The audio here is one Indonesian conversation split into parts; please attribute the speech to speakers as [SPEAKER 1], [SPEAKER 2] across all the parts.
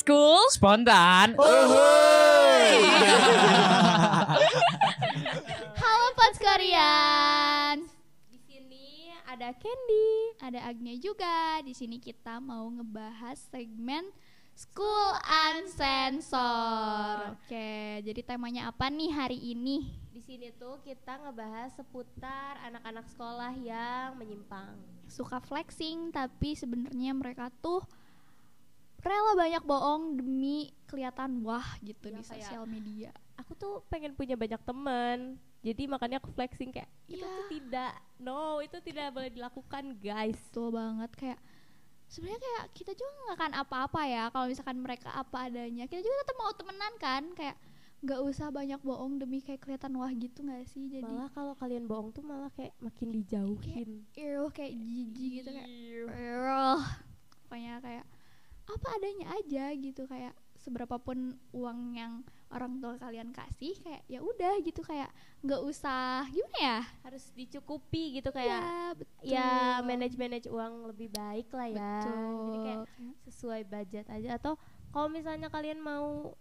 [SPEAKER 1] school.
[SPEAKER 2] Spontan.
[SPEAKER 3] Halo Pods Korean. Di sini ada Candy, ada Agnia juga. Di sini kita mau ngebahas segmen School Unsensor. Oke, jadi temanya apa nih hari ini?
[SPEAKER 4] Di sini tuh kita ngebahas seputar anak-anak sekolah yang menyimpang.
[SPEAKER 3] Suka flexing tapi sebenarnya mereka tuh rela banyak bohong demi kelihatan wah gitu di
[SPEAKER 4] Iya, kayak-
[SPEAKER 3] sosial media.
[SPEAKER 4] Aku tuh pengen punya banyak temen, jadi makanya aku flexing kayak itu
[SPEAKER 3] Iya.
[SPEAKER 4] tuh tidak, no itu tidak boleh dilakukan guys.
[SPEAKER 3] betul gitu banget kayak sebenarnya kayak kita juga nggak akan apa-apa ya kalau misalkan mereka apa adanya kita juga tetap mau temenan kan kayak nggak usah banyak bohong demi kayak kelihatan wah gitu nggak sih jadi
[SPEAKER 4] Malah kalau kalian bohong tuh malah kayak makin dijauhin.
[SPEAKER 3] iruh kayak jijik gitu kayak iruh pokoknya kayak apa adanya aja gitu kayak seberapapun uang yang orang tua kalian kasih kayak ya udah gitu kayak nggak usah gimana ya
[SPEAKER 4] Harus dicukupi gitu kayak
[SPEAKER 3] betul.
[SPEAKER 4] ya manage manage uang lebih baik lah ya. Jadi kayak
[SPEAKER 3] betul
[SPEAKER 4] sesuai budget aja atau kalau misalnya kalian mau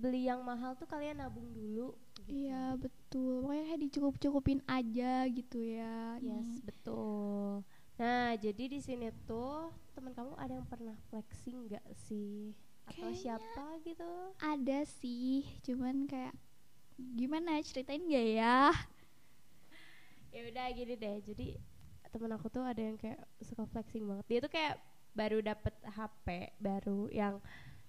[SPEAKER 4] beli yang mahal tuh kalian nabung dulu. gitu.
[SPEAKER 3] Iya betul, pokoknya kayak dicukup-cukupin aja gitu ya.
[SPEAKER 4] Yes,
[SPEAKER 3] nih.
[SPEAKER 4] betul. Nah, jadi di sini tuh teman kamu ada yang pernah flexing nggak sih? Atau
[SPEAKER 3] Kayaknya-
[SPEAKER 4] siapa gitu?
[SPEAKER 3] Ada sih, cuman kayak gimana ceritain gak ya?
[SPEAKER 4] Ya udah gini deh. Jadi temen aku tuh ada yang kayak suka flexing banget. Dia tuh kayak baru dapet HP baru yang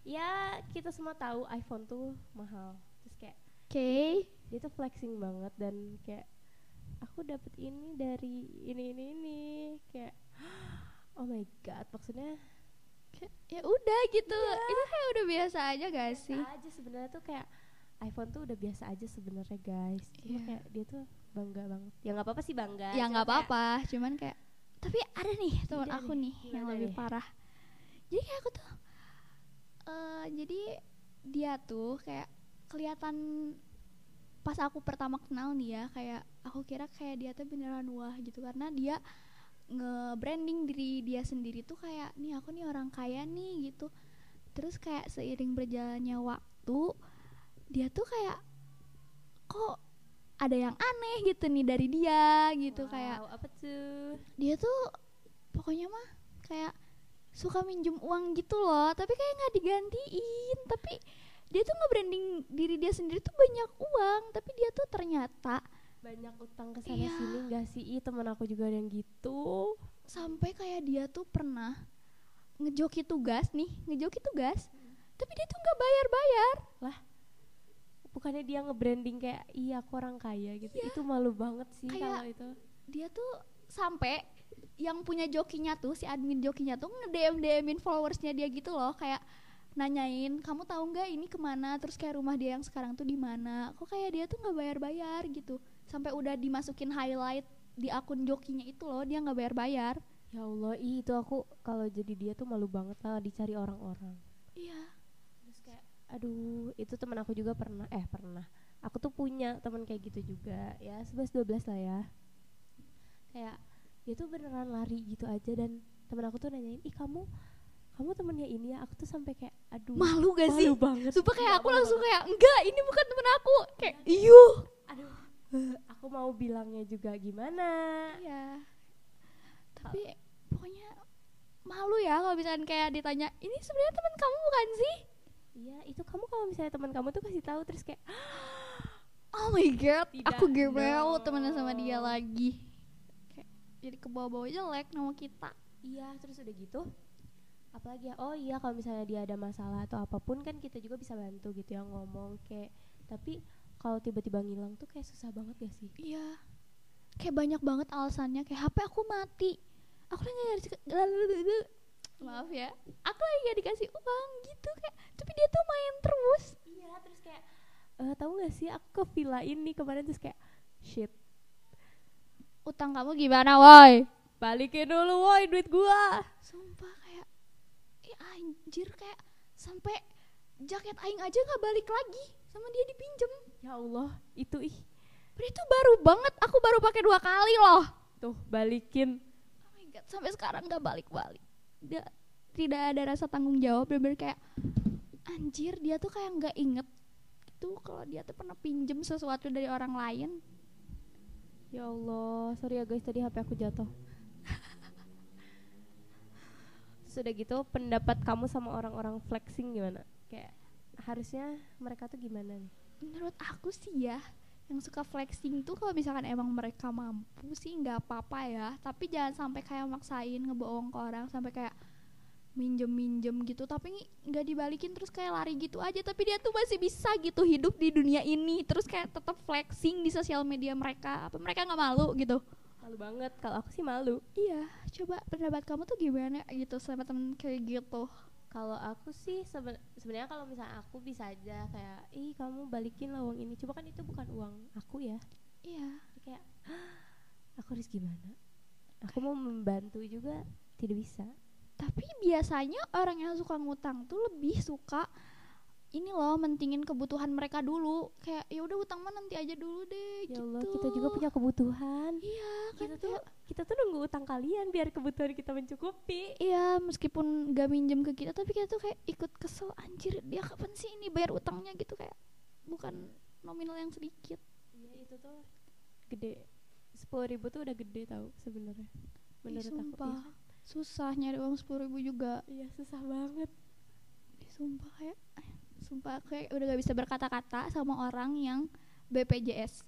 [SPEAKER 4] ya kita semua tahu iPhone tuh mahal. Terus kayak
[SPEAKER 3] Oke,
[SPEAKER 4] dia tuh flexing banget dan kayak aku dapet ini dari ini ini ini kayak oh my god maksudnya
[SPEAKER 3] kayak ya udah gitu, itu kayak udah biasa aja gak Iya sih?
[SPEAKER 4] biasa aja sebenarnya tuh kayak iPhone tuh udah biasa aja sebenarnya guys cuma
[SPEAKER 3] Iya.
[SPEAKER 4] kayak dia tuh bangga banget ya nggak apa-apa sih bangga
[SPEAKER 3] ya
[SPEAKER 4] cuma
[SPEAKER 3] nggak
[SPEAKER 4] kayak
[SPEAKER 3] apa-apa, cuman kayak tapi ada nih teman
[SPEAKER 4] Ada
[SPEAKER 3] aku
[SPEAKER 4] nih, iya,
[SPEAKER 3] nih yang
[SPEAKER 4] gimana
[SPEAKER 3] lebih
[SPEAKER 4] nih?
[SPEAKER 3] parah. Jadi kayak aku tuh, eh jadi dia tuh kayak kelihatan pas aku pertama kenal nih ya kayak aku kira kayak dia tuh beneran wah gitu karena dia nge-branding diri dia sendiri tuh kayak nih aku nih orang kaya nih gitu terus kayak seiring berjalannya waktu dia tuh kayak kok ada yang aneh gitu nih dari dia gitu
[SPEAKER 4] wow,
[SPEAKER 3] kayak
[SPEAKER 4] apa tuh
[SPEAKER 3] dia tuh pokoknya mah kayak suka minjem uang gitu loh tapi kayak nggak digantiin tapi dia tuh nge-branding diri dia sendiri tuh banyak uang tapi dia tuh ternyata
[SPEAKER 4] banyak utang ke sana
[SPEAKER 3] Iya.
[SPEAKER 4] sini nggak sih Ih, temen aku juga ada yang gitu
[SPEAKER 3] sampai kayak dia tuh pernah ngejoki tugas nih ngejoki tugas tapi dia tuh nggak bayar-bayar
[SPEAKER 4] bukannya dia nge-branding kayak iya aku orang kaya gitu
[SPEAKER 3] Iya.
[SPEAKER 4] itu malu banget sih
[SPEAKER 3] Kayak-
[SPEAKER 4] kalau itu
[SPEAKER 3] dia tuh sampai yang punya jokinya tuh si admin jokinya tuh nge DM DMin followersnya dia gitu loh kayak nanyain kamu tahu nggak ini kemana terus kayak rumah dia yang sekarang tuh di mana kok kayak dia tuh nggak bayar-bayar gitu sampai udah dimasukin highlight di akun jokinya itu loh dia nggak bayar-bayar
[SPEAKER 4] ya Allah ih itu aku kalau jadi dia tuh malu banget lah dicari orang-orang
[SPEAKER 3] iya
[SPEAKER 4] terus kayak aduh itu teman aku juga pernah eh pernah aku tuh punya teman kayak gitu juga ya 11 12 lah ya kayak dia tuh beneran lari gitu aja dan teman aku tuh nanyain ih kamu kamu temennya ini ya aku tuh sampai kayak aduh
[SPEAKER 3] malu gak sih
[SPEAKER 4] malu banget
[SPEAKER 3] sumpah kayak
[SPEAKER 4] Iya,
[SPEAKER 3] aku
[SPEAKER 4] malu
[SPEAKER 3] langsung
[SPEAKER 4] banget.
[SPEAKER 3] kayak enggak ini bukan temen aku kayak "Iya." iyuh
[SPEAKER 4] aduh aku mau bilangnya juga gimana
[SPEAKER 3] Iya. Tapi pokoknya malu ya kalau misalkan kayak ditanya, ini sebenarnya teman kamu bukan sih?
[SPEAKER 4] iya itu kamu kalau misalnya teman kamu tuh kasih tahu terus kayak
[SPEAKER 3] Oh my god,
[SPEAKER 4] Tidak
[SPEAKER 3] aku gerel
[SPEAKER 4] dong.
[SPEAKER 3] temenan sama dia lagi. Kayak jadi ke bawah-bawah jelek nama kita.
[SPEAKER 4] Iya, terus udah gitu apalagi ya? Oh iya, kalau misalnya dia ada masalah atau apapun kan kita juga bisa bantu gitu ya ngomong kayak tapi kalau tiba-tiba ngilang tuh kayak susah banget gak sih?
[SPEAKER 3] Iya. Kayak banyak banget alasannya kayak HP aku mati. Aku lagi gak dikasih Maaf ya. Aku lagi gak dikasih uang gitu kayak tapi dia tuh main terus.
[SPEAKER 4] Iya, terus kayak eh tahu gak sih aku ke villa ini kemarin terus kayak shit,
[SPEAKER 3] Utang kamu gimana, woi?
[SPEAKER 4] balikin dulu woi duit gua.
[SPEAKER 3] sumpah kayak eh anjir kayak sampai jaket aing aja nggak balik lagi sama dia dipinjem
[SPEAKER 4] Ya Allah, itu ih.
[SPEAKER 3] Padahal itu baru banget aku baru pakai dua kali loh
[SPEAKER 4] Tuh, balikin.
[SPEAKER 3] oh my god sampai sekarang nggak balik balik tidak ada rasa tanggung jawab bener kayak anjir dia tuh kayak nggak inget gitu kalau dia tuh pernah pinjem sesuatu dari orang lain
[SPEAKER 4] Ya Allah, sorry ya guys tadi HP aku jatuh. Sudah gitu pendapat kamu sama orang-orang flexing gimana? Kayak harusnya mereka tuh gimana nih?
[SPEAKER 3] menurut aku sih ya yang suka flexing tuh kalau misalkan emang mereka mampu sih nggak apa-apa ya tapi jangan sampai kayak maksain ngebohong ke orang sampai kayak minjem minjem gitu tapi ngi- nggak dibalikin terus kayak lari gitu aja tapi dia tuh masih bisa gitu hidup di dunia ini terus kayak tetap flexing di sosial media mereka apa mereka nggak malu gitu
[SPEAKER 4] Malu banget kalau aku sih malu.
[SPEAKER 3] iya coba pendapat kamu tuh gimana gitu sama temen kayak gitu
[SPEAKER 4] Kalau aku sih seben- sebenarnya kalau misalnya aku bisa aja kayak ih kamu balikin lah uang ini. Coba kan itu bukan uang aku ya.
[SPEAKER 3] iya
[SPEAKER 4] Jadi kayak aku harus gimana? Aku mau membantu juga tidak bisa.
[SPEAKER 3] tapi biasanya orang yang suka ngutang tuh lebih suka ini loh mentingin kebutuhan mereka dulu kayak ya udah utang mah nanti aja dulu deh
[SPEAKER 4] Ya
[SPEAKER 3] gitu
[SPEAKER 4] Allah, kita juga punya kebutuhan.
[SPEAKER 3] iya kan
[SPEAKER 4] kita tuh kita tuh nunggu utang kalian biar kebutuhan kita mencukupi
[SPEAKER 3] iya meskipun gak minjem ke kita tapi kita tuh kayak ikut kesel anjir dia kapan sih ini bayar utangnya gitu kayak bukan nominal yang sedikit
[SPEAKER 4] iya itu tuh gede sepuluh ribu tuh udah gede tau sebenarnya
[SPEAKER 3] Ih,
[SPEAKER 4] menurut aku
[SPEAKER 3] sumpah
[SPEAKER 4] iya, kan?
[SPEAKER 3] susah nyari uang sepuluh ribu juga
[SPEAKER 4] iya susah banget
[SPEAKER 3] Ih, sumpah kayak sumpah kayak udah gak bisa berkata-kata sama orang yang BPJS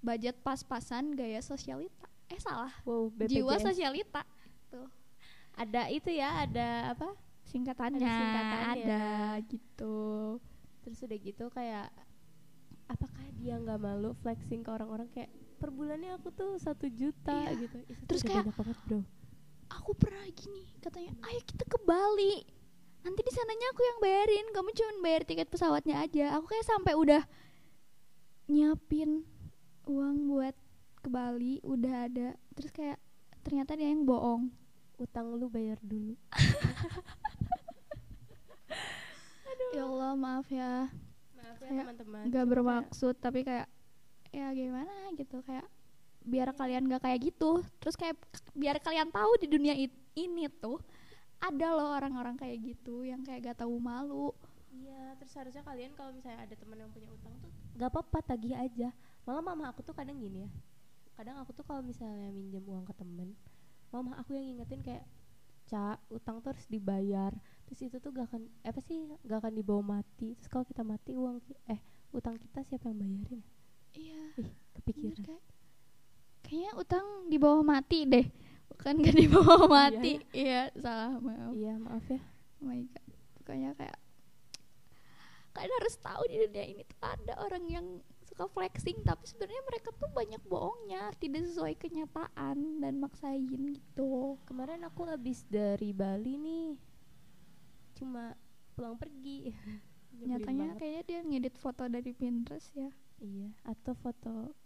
[SPEAKER 3] budget pas-pasan gaya sosialita eh salah
[SPEAKER 4] wow BPJS
[SPEAKER 3] jiwa sosialita
[SPEAKER 4] ada itu ya ada apa
[SPEAKER 3] singkatannya
[SPEAKER 4] Ada singkatannya.
[SPEAKER 3] ada gitu
[SPEAKER 4] terus udah gitu kayak apakah dia nggak malu flexing ke orang-orang kayak per bulannya aku tuh satu juta
[SPEAKER 3] Iya.
[SPEAKER 4] gitu Ih, satu
[SPEAKER 3] Terus
[SPEAKER 4] udah
[SPEAKER 3] kayak-
[SPEAKER 4] banyak banget bro
[SPEAKER 3] aku pernah gini katanya ayo kita ke Bali nanti di sananya aku yang bayarin kamu cuma bayar tiket pesawatnya aja aku kayak sampai udah nyiapin uang buat ke Bali udah ada terus kayak ternyata dia yang bohong
[SPEAKER 4] utang lu bayar dulu
[SPEAKER 3] ya Allah maaf ya
[SPEAKER 4] maaf
[SPEAKER 3] ya,
[SPEAKER 4] ya teman-teman
[SPEAKER 3] nggak bermaksud tapi kayak ya gimana gitu kayak biar kalian gak kayak gitu terus kayak biar kalian tahu di dunia it- ini tuh ada loh orang-orang kayak gitu yang kayak gak tahu malu
[SPEAKER 4] Iya, terus harusnya kalian kalau misalnya ada teman yang punya utang tuh nggak apa-apa tagih aja. Malah mama aku tuh kadang gini ya. Kadang aku tuh kalau misalnya minjem uang ke temen, mama aku yang ngingetin kayak Ca, utang tuh harus dibayar. Terus itu tuh gak akan eh, apa sih? Gak akan dibawa mati. Terus kalau kita mati uang ki- eh utang kita siapa yang bayarin?
[SPEAKER 3] iya
[SPEAKER 4] Ih, kepikiran.
[SPEAKER 3] kayak kayaknya utang di bawah mati deh bukan gak di bawah mati iya salah maaf
[SPEAKER 4] Iya, maaf ya.
[SPEAKER 3] oh my god pokoknya kayak kalian harus tahu di dunia ini tuh ada orang yang suka flexing tapi sebenarnya mereka tuh banyak bohongnya tidak sesuai kenyataan dan maksain gitu
[SPEAKER 4] Kemarin aku habis dari Bali nih. Cuma pulang pergi. Nyebelin
[SPEAKER 3] nyatanya
[SPEAKER 4] banget.
[SPEAKER 3] kayaknya dia ngedit foto dari Pinterest ya
[SPEAKER 4] Iya, atau foto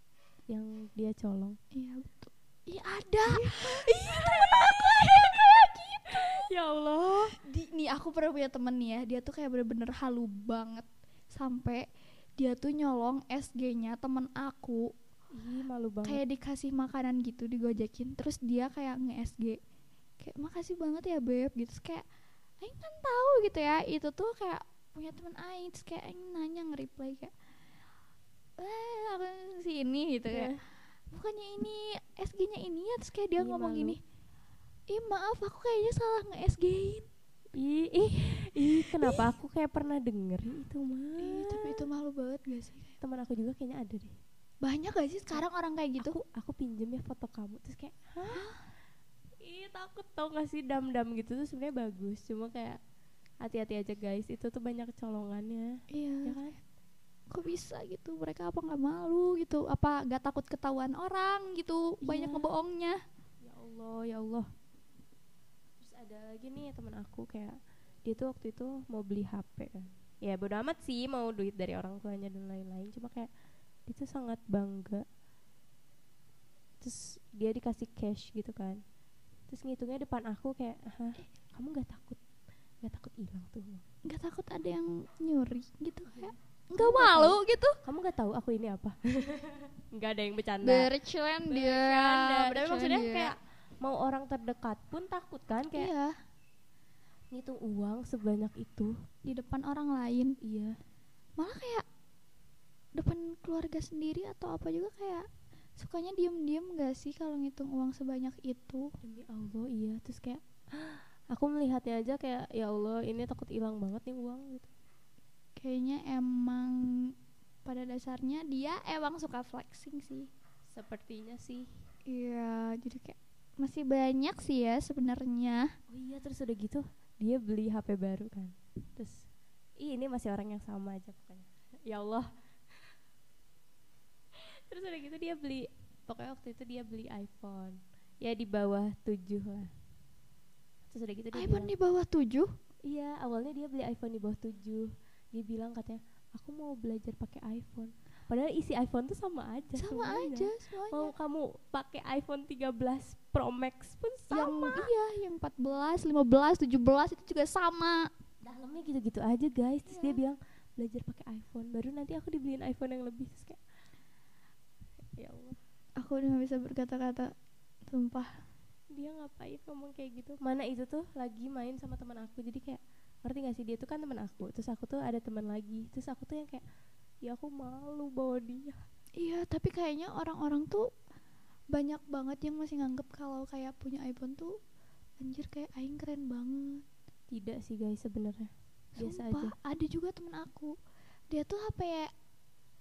[SPEAKER 4] yang dia colong.
[SPEAKER 3] iya betul iya ada iya temen aku ada kayak gitu
[SPEAKER 4] Ya Allah.
[SPEAKER 3] Di- nih aku pernah punya temen nih ya dia tuh kayak bener-bener halu banget sampai dia tuh nyolong SG-nya temen aku
[SPEAKER 4] Ih, malu banget.
[SPEAKER 3] kayak dikasih makanan gitu digojekin terus dia kayak nge SG kayak makasih banget ya beb gitu Terus kayak Aing kan tahu gitu ya itu tuh kayak punya teman Aing terus kayak Aing nanya nge-reply kayak eh aku si ini gitu kayak
[SPEAKER 4] Iya.
[SPEAKER 3] bukannya ini SG-nya ini ya terus kayak dia
[SPEAKER 4] Ih,
[SPEAKER 3] ngomong
[SPEAKER 4] malu.
[SPEAKER 3] gini ih maaf aku kayaknya salah nge SG-in
[SPEAKER 4] Ih, ih, ih, kenapa aku kayak pernah denger itu mah?
[SPEAKER 3] ih tapi itu malu banget gak sih
[SPEAKER 4] teman aku juga kayaknya ada deh.
[SPEAKER 3] banyak gak sih sekarang orang kayak gitu
[SPEAKER 4] Aku, aku pinjem ya foto kamu terus kayak, hah? Ih, takut tau gak sih dam-dam gitu tuh sebenarnya bagus, cuma kayak hati-hati aja guys, itu tuh banyak colongannya. Ya
[SPEAKER 3] iya
[SPEAKER 4] kan?
[SPEAKER 3] kok bisa gitu mereka apa nggak malu gitu apa nggak takut ketahuan orang gitu banyak
[SPEAKER 4] Iya.
[SPEAKER 3] ngebohongnya
[SPEAKER 4] Ya Allah, ya Allah. Terus ada lagi nih teman aku kayak dia tuh waktu itu mau beli HP kan. Ya bodo amat sih mau duit dari orang tuanya dan lain-lain. Cuma kayak dia tuh sangat bangga. Terus dia dikasih cash gitu kan. Terus ngitungnya depan aku kayak, "Hah, kamu nggak takut? nggak takut hilang tuh?
[SPEAKER 3] nggak takut ada yang nyuri gitu kayak nggak
[SPEAKER 4] Nggak
[SPEAKER 3] malu gitu
[SPEAKER 4] Kamu nggak tahu aku ini apa? nggak ada yang bercanda."
[SPEAKER 3] bercanda
[SPEAKER 4] Bercanda. Tapi maksudnya kayak mau orang terdekat pun takut kan kayak
[SPEAKER 3] iya
[SPEAKER 4] ngitung uang sebanyak itu
[SPEAKER 3] di depan orang lain
[SPEAKER 4] iya
[SPEAKER 3] malah kayak depan keluarga sendiri atau apa juga kayak sukanya diem-diem gak sih kalau ngitung uang sebanyak itu
[SPEAKER 4] demi Allah iya terus kayak aku melihatnya aja kayak ya Allah ini takut hilang banget nih uang gitu
[SPEAKER 3] kayaknya emang pada dasarnya dia emang suka flexing sih
[SPEAKER 4] sepertinya sih
[SPEAKER 3] iya jadi kayak masih banyak sih ya sebenarnya
[SPEAKER 4] oh iya terus udah gitu dia beli HP baru kan terus Ih, ini masih orang yang sama aja pokoknya ya Allah terus udah gitu dia beli pokoknya waktu itu dia beli iPhone ya di bawah 7 lah terus udah gitu dia
[SPEAKER 3] iPhone
[SPEAKER 4] bilang-
[SPEAKER 3] di bawah 7
[SPEAKER 4] Iya, awalnya dia beli iPhone di bawah 7. Dia bilang katanya, "Aku mau belajar pakai iPhone." Padahal isi iPhone tuh sama aja
[SPEAKER 3] sama
[SPEAKER 4] semuanya.
[SPEAKER 3] aja semuanya
[SPEAKER 4] Mau kamu pakai iPhone 13 Pro Max pun
[SPEAKER 3] yang
[SPEAKER 4] sama.
[SPEAKER 3] iya yang 14, 15, 17 itu juga sama
[SPEAKER 4] Dalamnya gitu-gitu aja, guys. Terus dia
[SPEAKER 3] Iya.
[SPEAKER 4] bilang, "Belajar pakai iPhone, baru nanti aku dibeliin iPhone yang lebih." Terus kayak Ya Allah,
[SPEAKER 3] aku udah gak bisa berkata-kata sumpah
[SPEAKER 4] dia ngapain ngomong kayak gitu? Mana itu tuh lagi main sama teman aku. Jadi kayak ngerti gak sih dia tuh kan teman aku. Terus aku tuh ada teman lagi. Terus aku tuh yang kayak ya aku malu bawa dia
[SPEAKER 3] iya tapi kayaknya orang-orang tuh banyak banget yang masih nganggep kalau kayak punya iPhone tuh anjir kayak aing keren banget
[SPEAKER 4] Tidak sih guys sebenarnya. Biasa
[SPEAKER 3] Sumpah,
[SPEAKER 4] aja.
[SPEAKER 3] ada juga temen aku dia tuh HP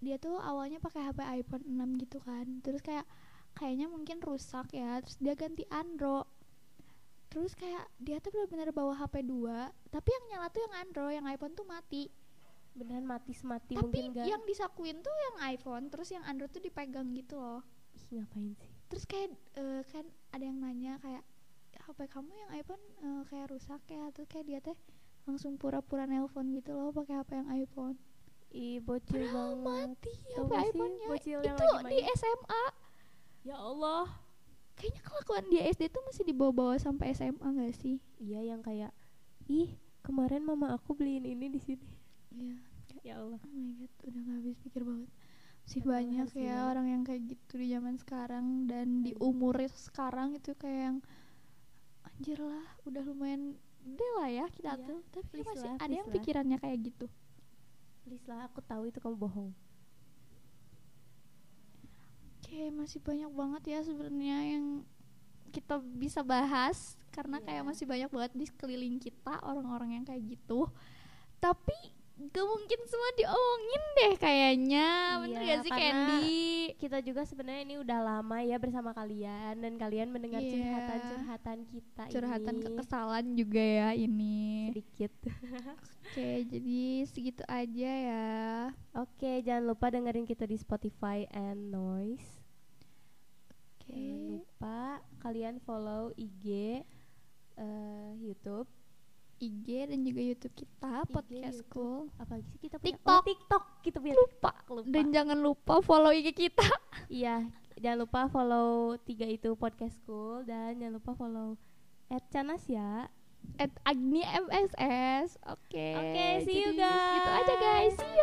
[SPEAKER 3] dia tuh awalnya pakai HP iPhone 6 gitu kan terus kayak kayaknya mungkin rusak ya terus dia ganti Android terus kayak dia tuh benar-benar bawa HP 2 tapi yang nyala tuh yang Android yang iPhone tuh mati
[SPEAKER 4] Beneran mati semati
[SPEAKER 3] tapi
[SPEAKER 4] mungkin gak.
[SPEAKER 3] yang disakuin tuh yang iPhone terus yang Android tuh dipegang gitu loh
[SPEAKER 4] Ih, ngapain sih?
[SPEAKER 3] terus kayak eh, kan ada yang nanya kayak HP kamu yang iPhone eh, kayak rusak ya terus kayak dia teh langsung pura-pura nelpon gitu loh pakai HP yang iPhone
[SPEAKER 4] Ih, bocil
[SPEAKER 3] Padahal
[SPEAKER 4] banget.
[SPEAKER 3] mati HP
[SPEAKER 4] Tahu gak sih
[SPEAKER 3] iPhone-nya
[SPEAKER 4] bocil yang
[SPEAKER 3] itu
[SPEAKER 4] lagi
[SPEAKER 3] di
[SPEAKER 4] main?
[SPEAKER 3] SMA
[SPEAKER 4] Ya Allah.
[SPEAKER 3] kayaknya kelakuan dia SD tuh masih dibawa-bawa sampai SMA gak sih
[SPEAKER 4] Iya yang kayak ih, kemarin mama aku beliin ini di sini.
[SPEAKER 3] Iya
[SPEAKER 4] Ya Allah.
[SPEAKER 3] oh my god udah gak habis pikir banget masih
[SPEAKER 4] Emang
[SPEAKER 3] banyak
[SPEAKER 4] harus
[SPEAKER 3] ya
[SPEAKER 4] gimana?
[SPEAKER 3] orang yang kayak gitu di zaman sekarang dan di
[SPEAKER 4] Aduh.
[SPEAKER 3] umur sekarang itu kayak yang anjir lah udah lumayan gede lah ya kita
[SPEAKER 4] Iya,
[SPEAKER 3] tuh tapi
[SPEAKER 4] please
[SPEAKER 3] masih
[SPEAKER 4] lah,
[SPEAKER 3] ada
[SPEAKER 4] please
[SPEAKER 3] yang
[SPEAKER 4] lah.
[SPEAKER 3] pikirannya kayak gitu
[SPEAKER 4] Please lah, aku tahu itu kamu bohong.
[SPEAKER 3] Oke, masih banyak banget ya sebenarnya yang kita bisa bahas karena kayak
[SPEAKER 4] Iya.
[SPEAKER 3] masih banyak banget di sekeliling kita orang-orang yang kayak gitu. Tapi gak mungkin semua diomongin deh kayaknya. Bener
[SPEAKER 4] Iya,
[SPEAKER 3] gak sih
[SPEAKER 4] karena
[SPEAKER 3] Candy?
[SPEAKER 4] Kita juga sebenarnya ini udah lama ya bersama kalian dan kalian mendengar
[SPEAKER 3] Iya.
[SPEAKER 4] curhatan-curhatan kita
[SPEAKER 3] Curhatan
[SPEAKER 4] ini.
[SPEAKER 3] kekesalan juga ya ini.
[SPEAKER 4] sedikit.
[SPEAKER 3] Oke, jadi segitu aja ya.
[SPEAKER 4] Oke, jangan lupa dengerin kita di Spotify and Noise.
[SPEAKER 3] Oke.
[SPEAKER 4] Jangan lupa kalian follow IG eh, YouTube
[SPEAKER 3] IG dan juga YouTube kita
[SPEAKER 4] IG,
[SPEAKER 3] Podcast
[SPEAKER 4] YouTube.
[SPEAKER 3] School.
[SPEAKER 4] apa sih kita punya
[SPEAKER 3] TikTok.
[SPEAKER 4] Oh, TikTok kita punya
[SPEAKER 3] Lupa.
[SPEAKER 4] lupa.
[SPEAKER 3] Dan jangan lupa follow IG kita.
[SPEAKER 4] iya jangan lupa follow tiga itu podcast school dan jangan lupa follow at Canas ya
[SPEAKER 3] at Agni MSS. Oke.
[SPEAKER 4] Oke, see you
[SPEAKER 3] jadi Gitu aja guys. See you.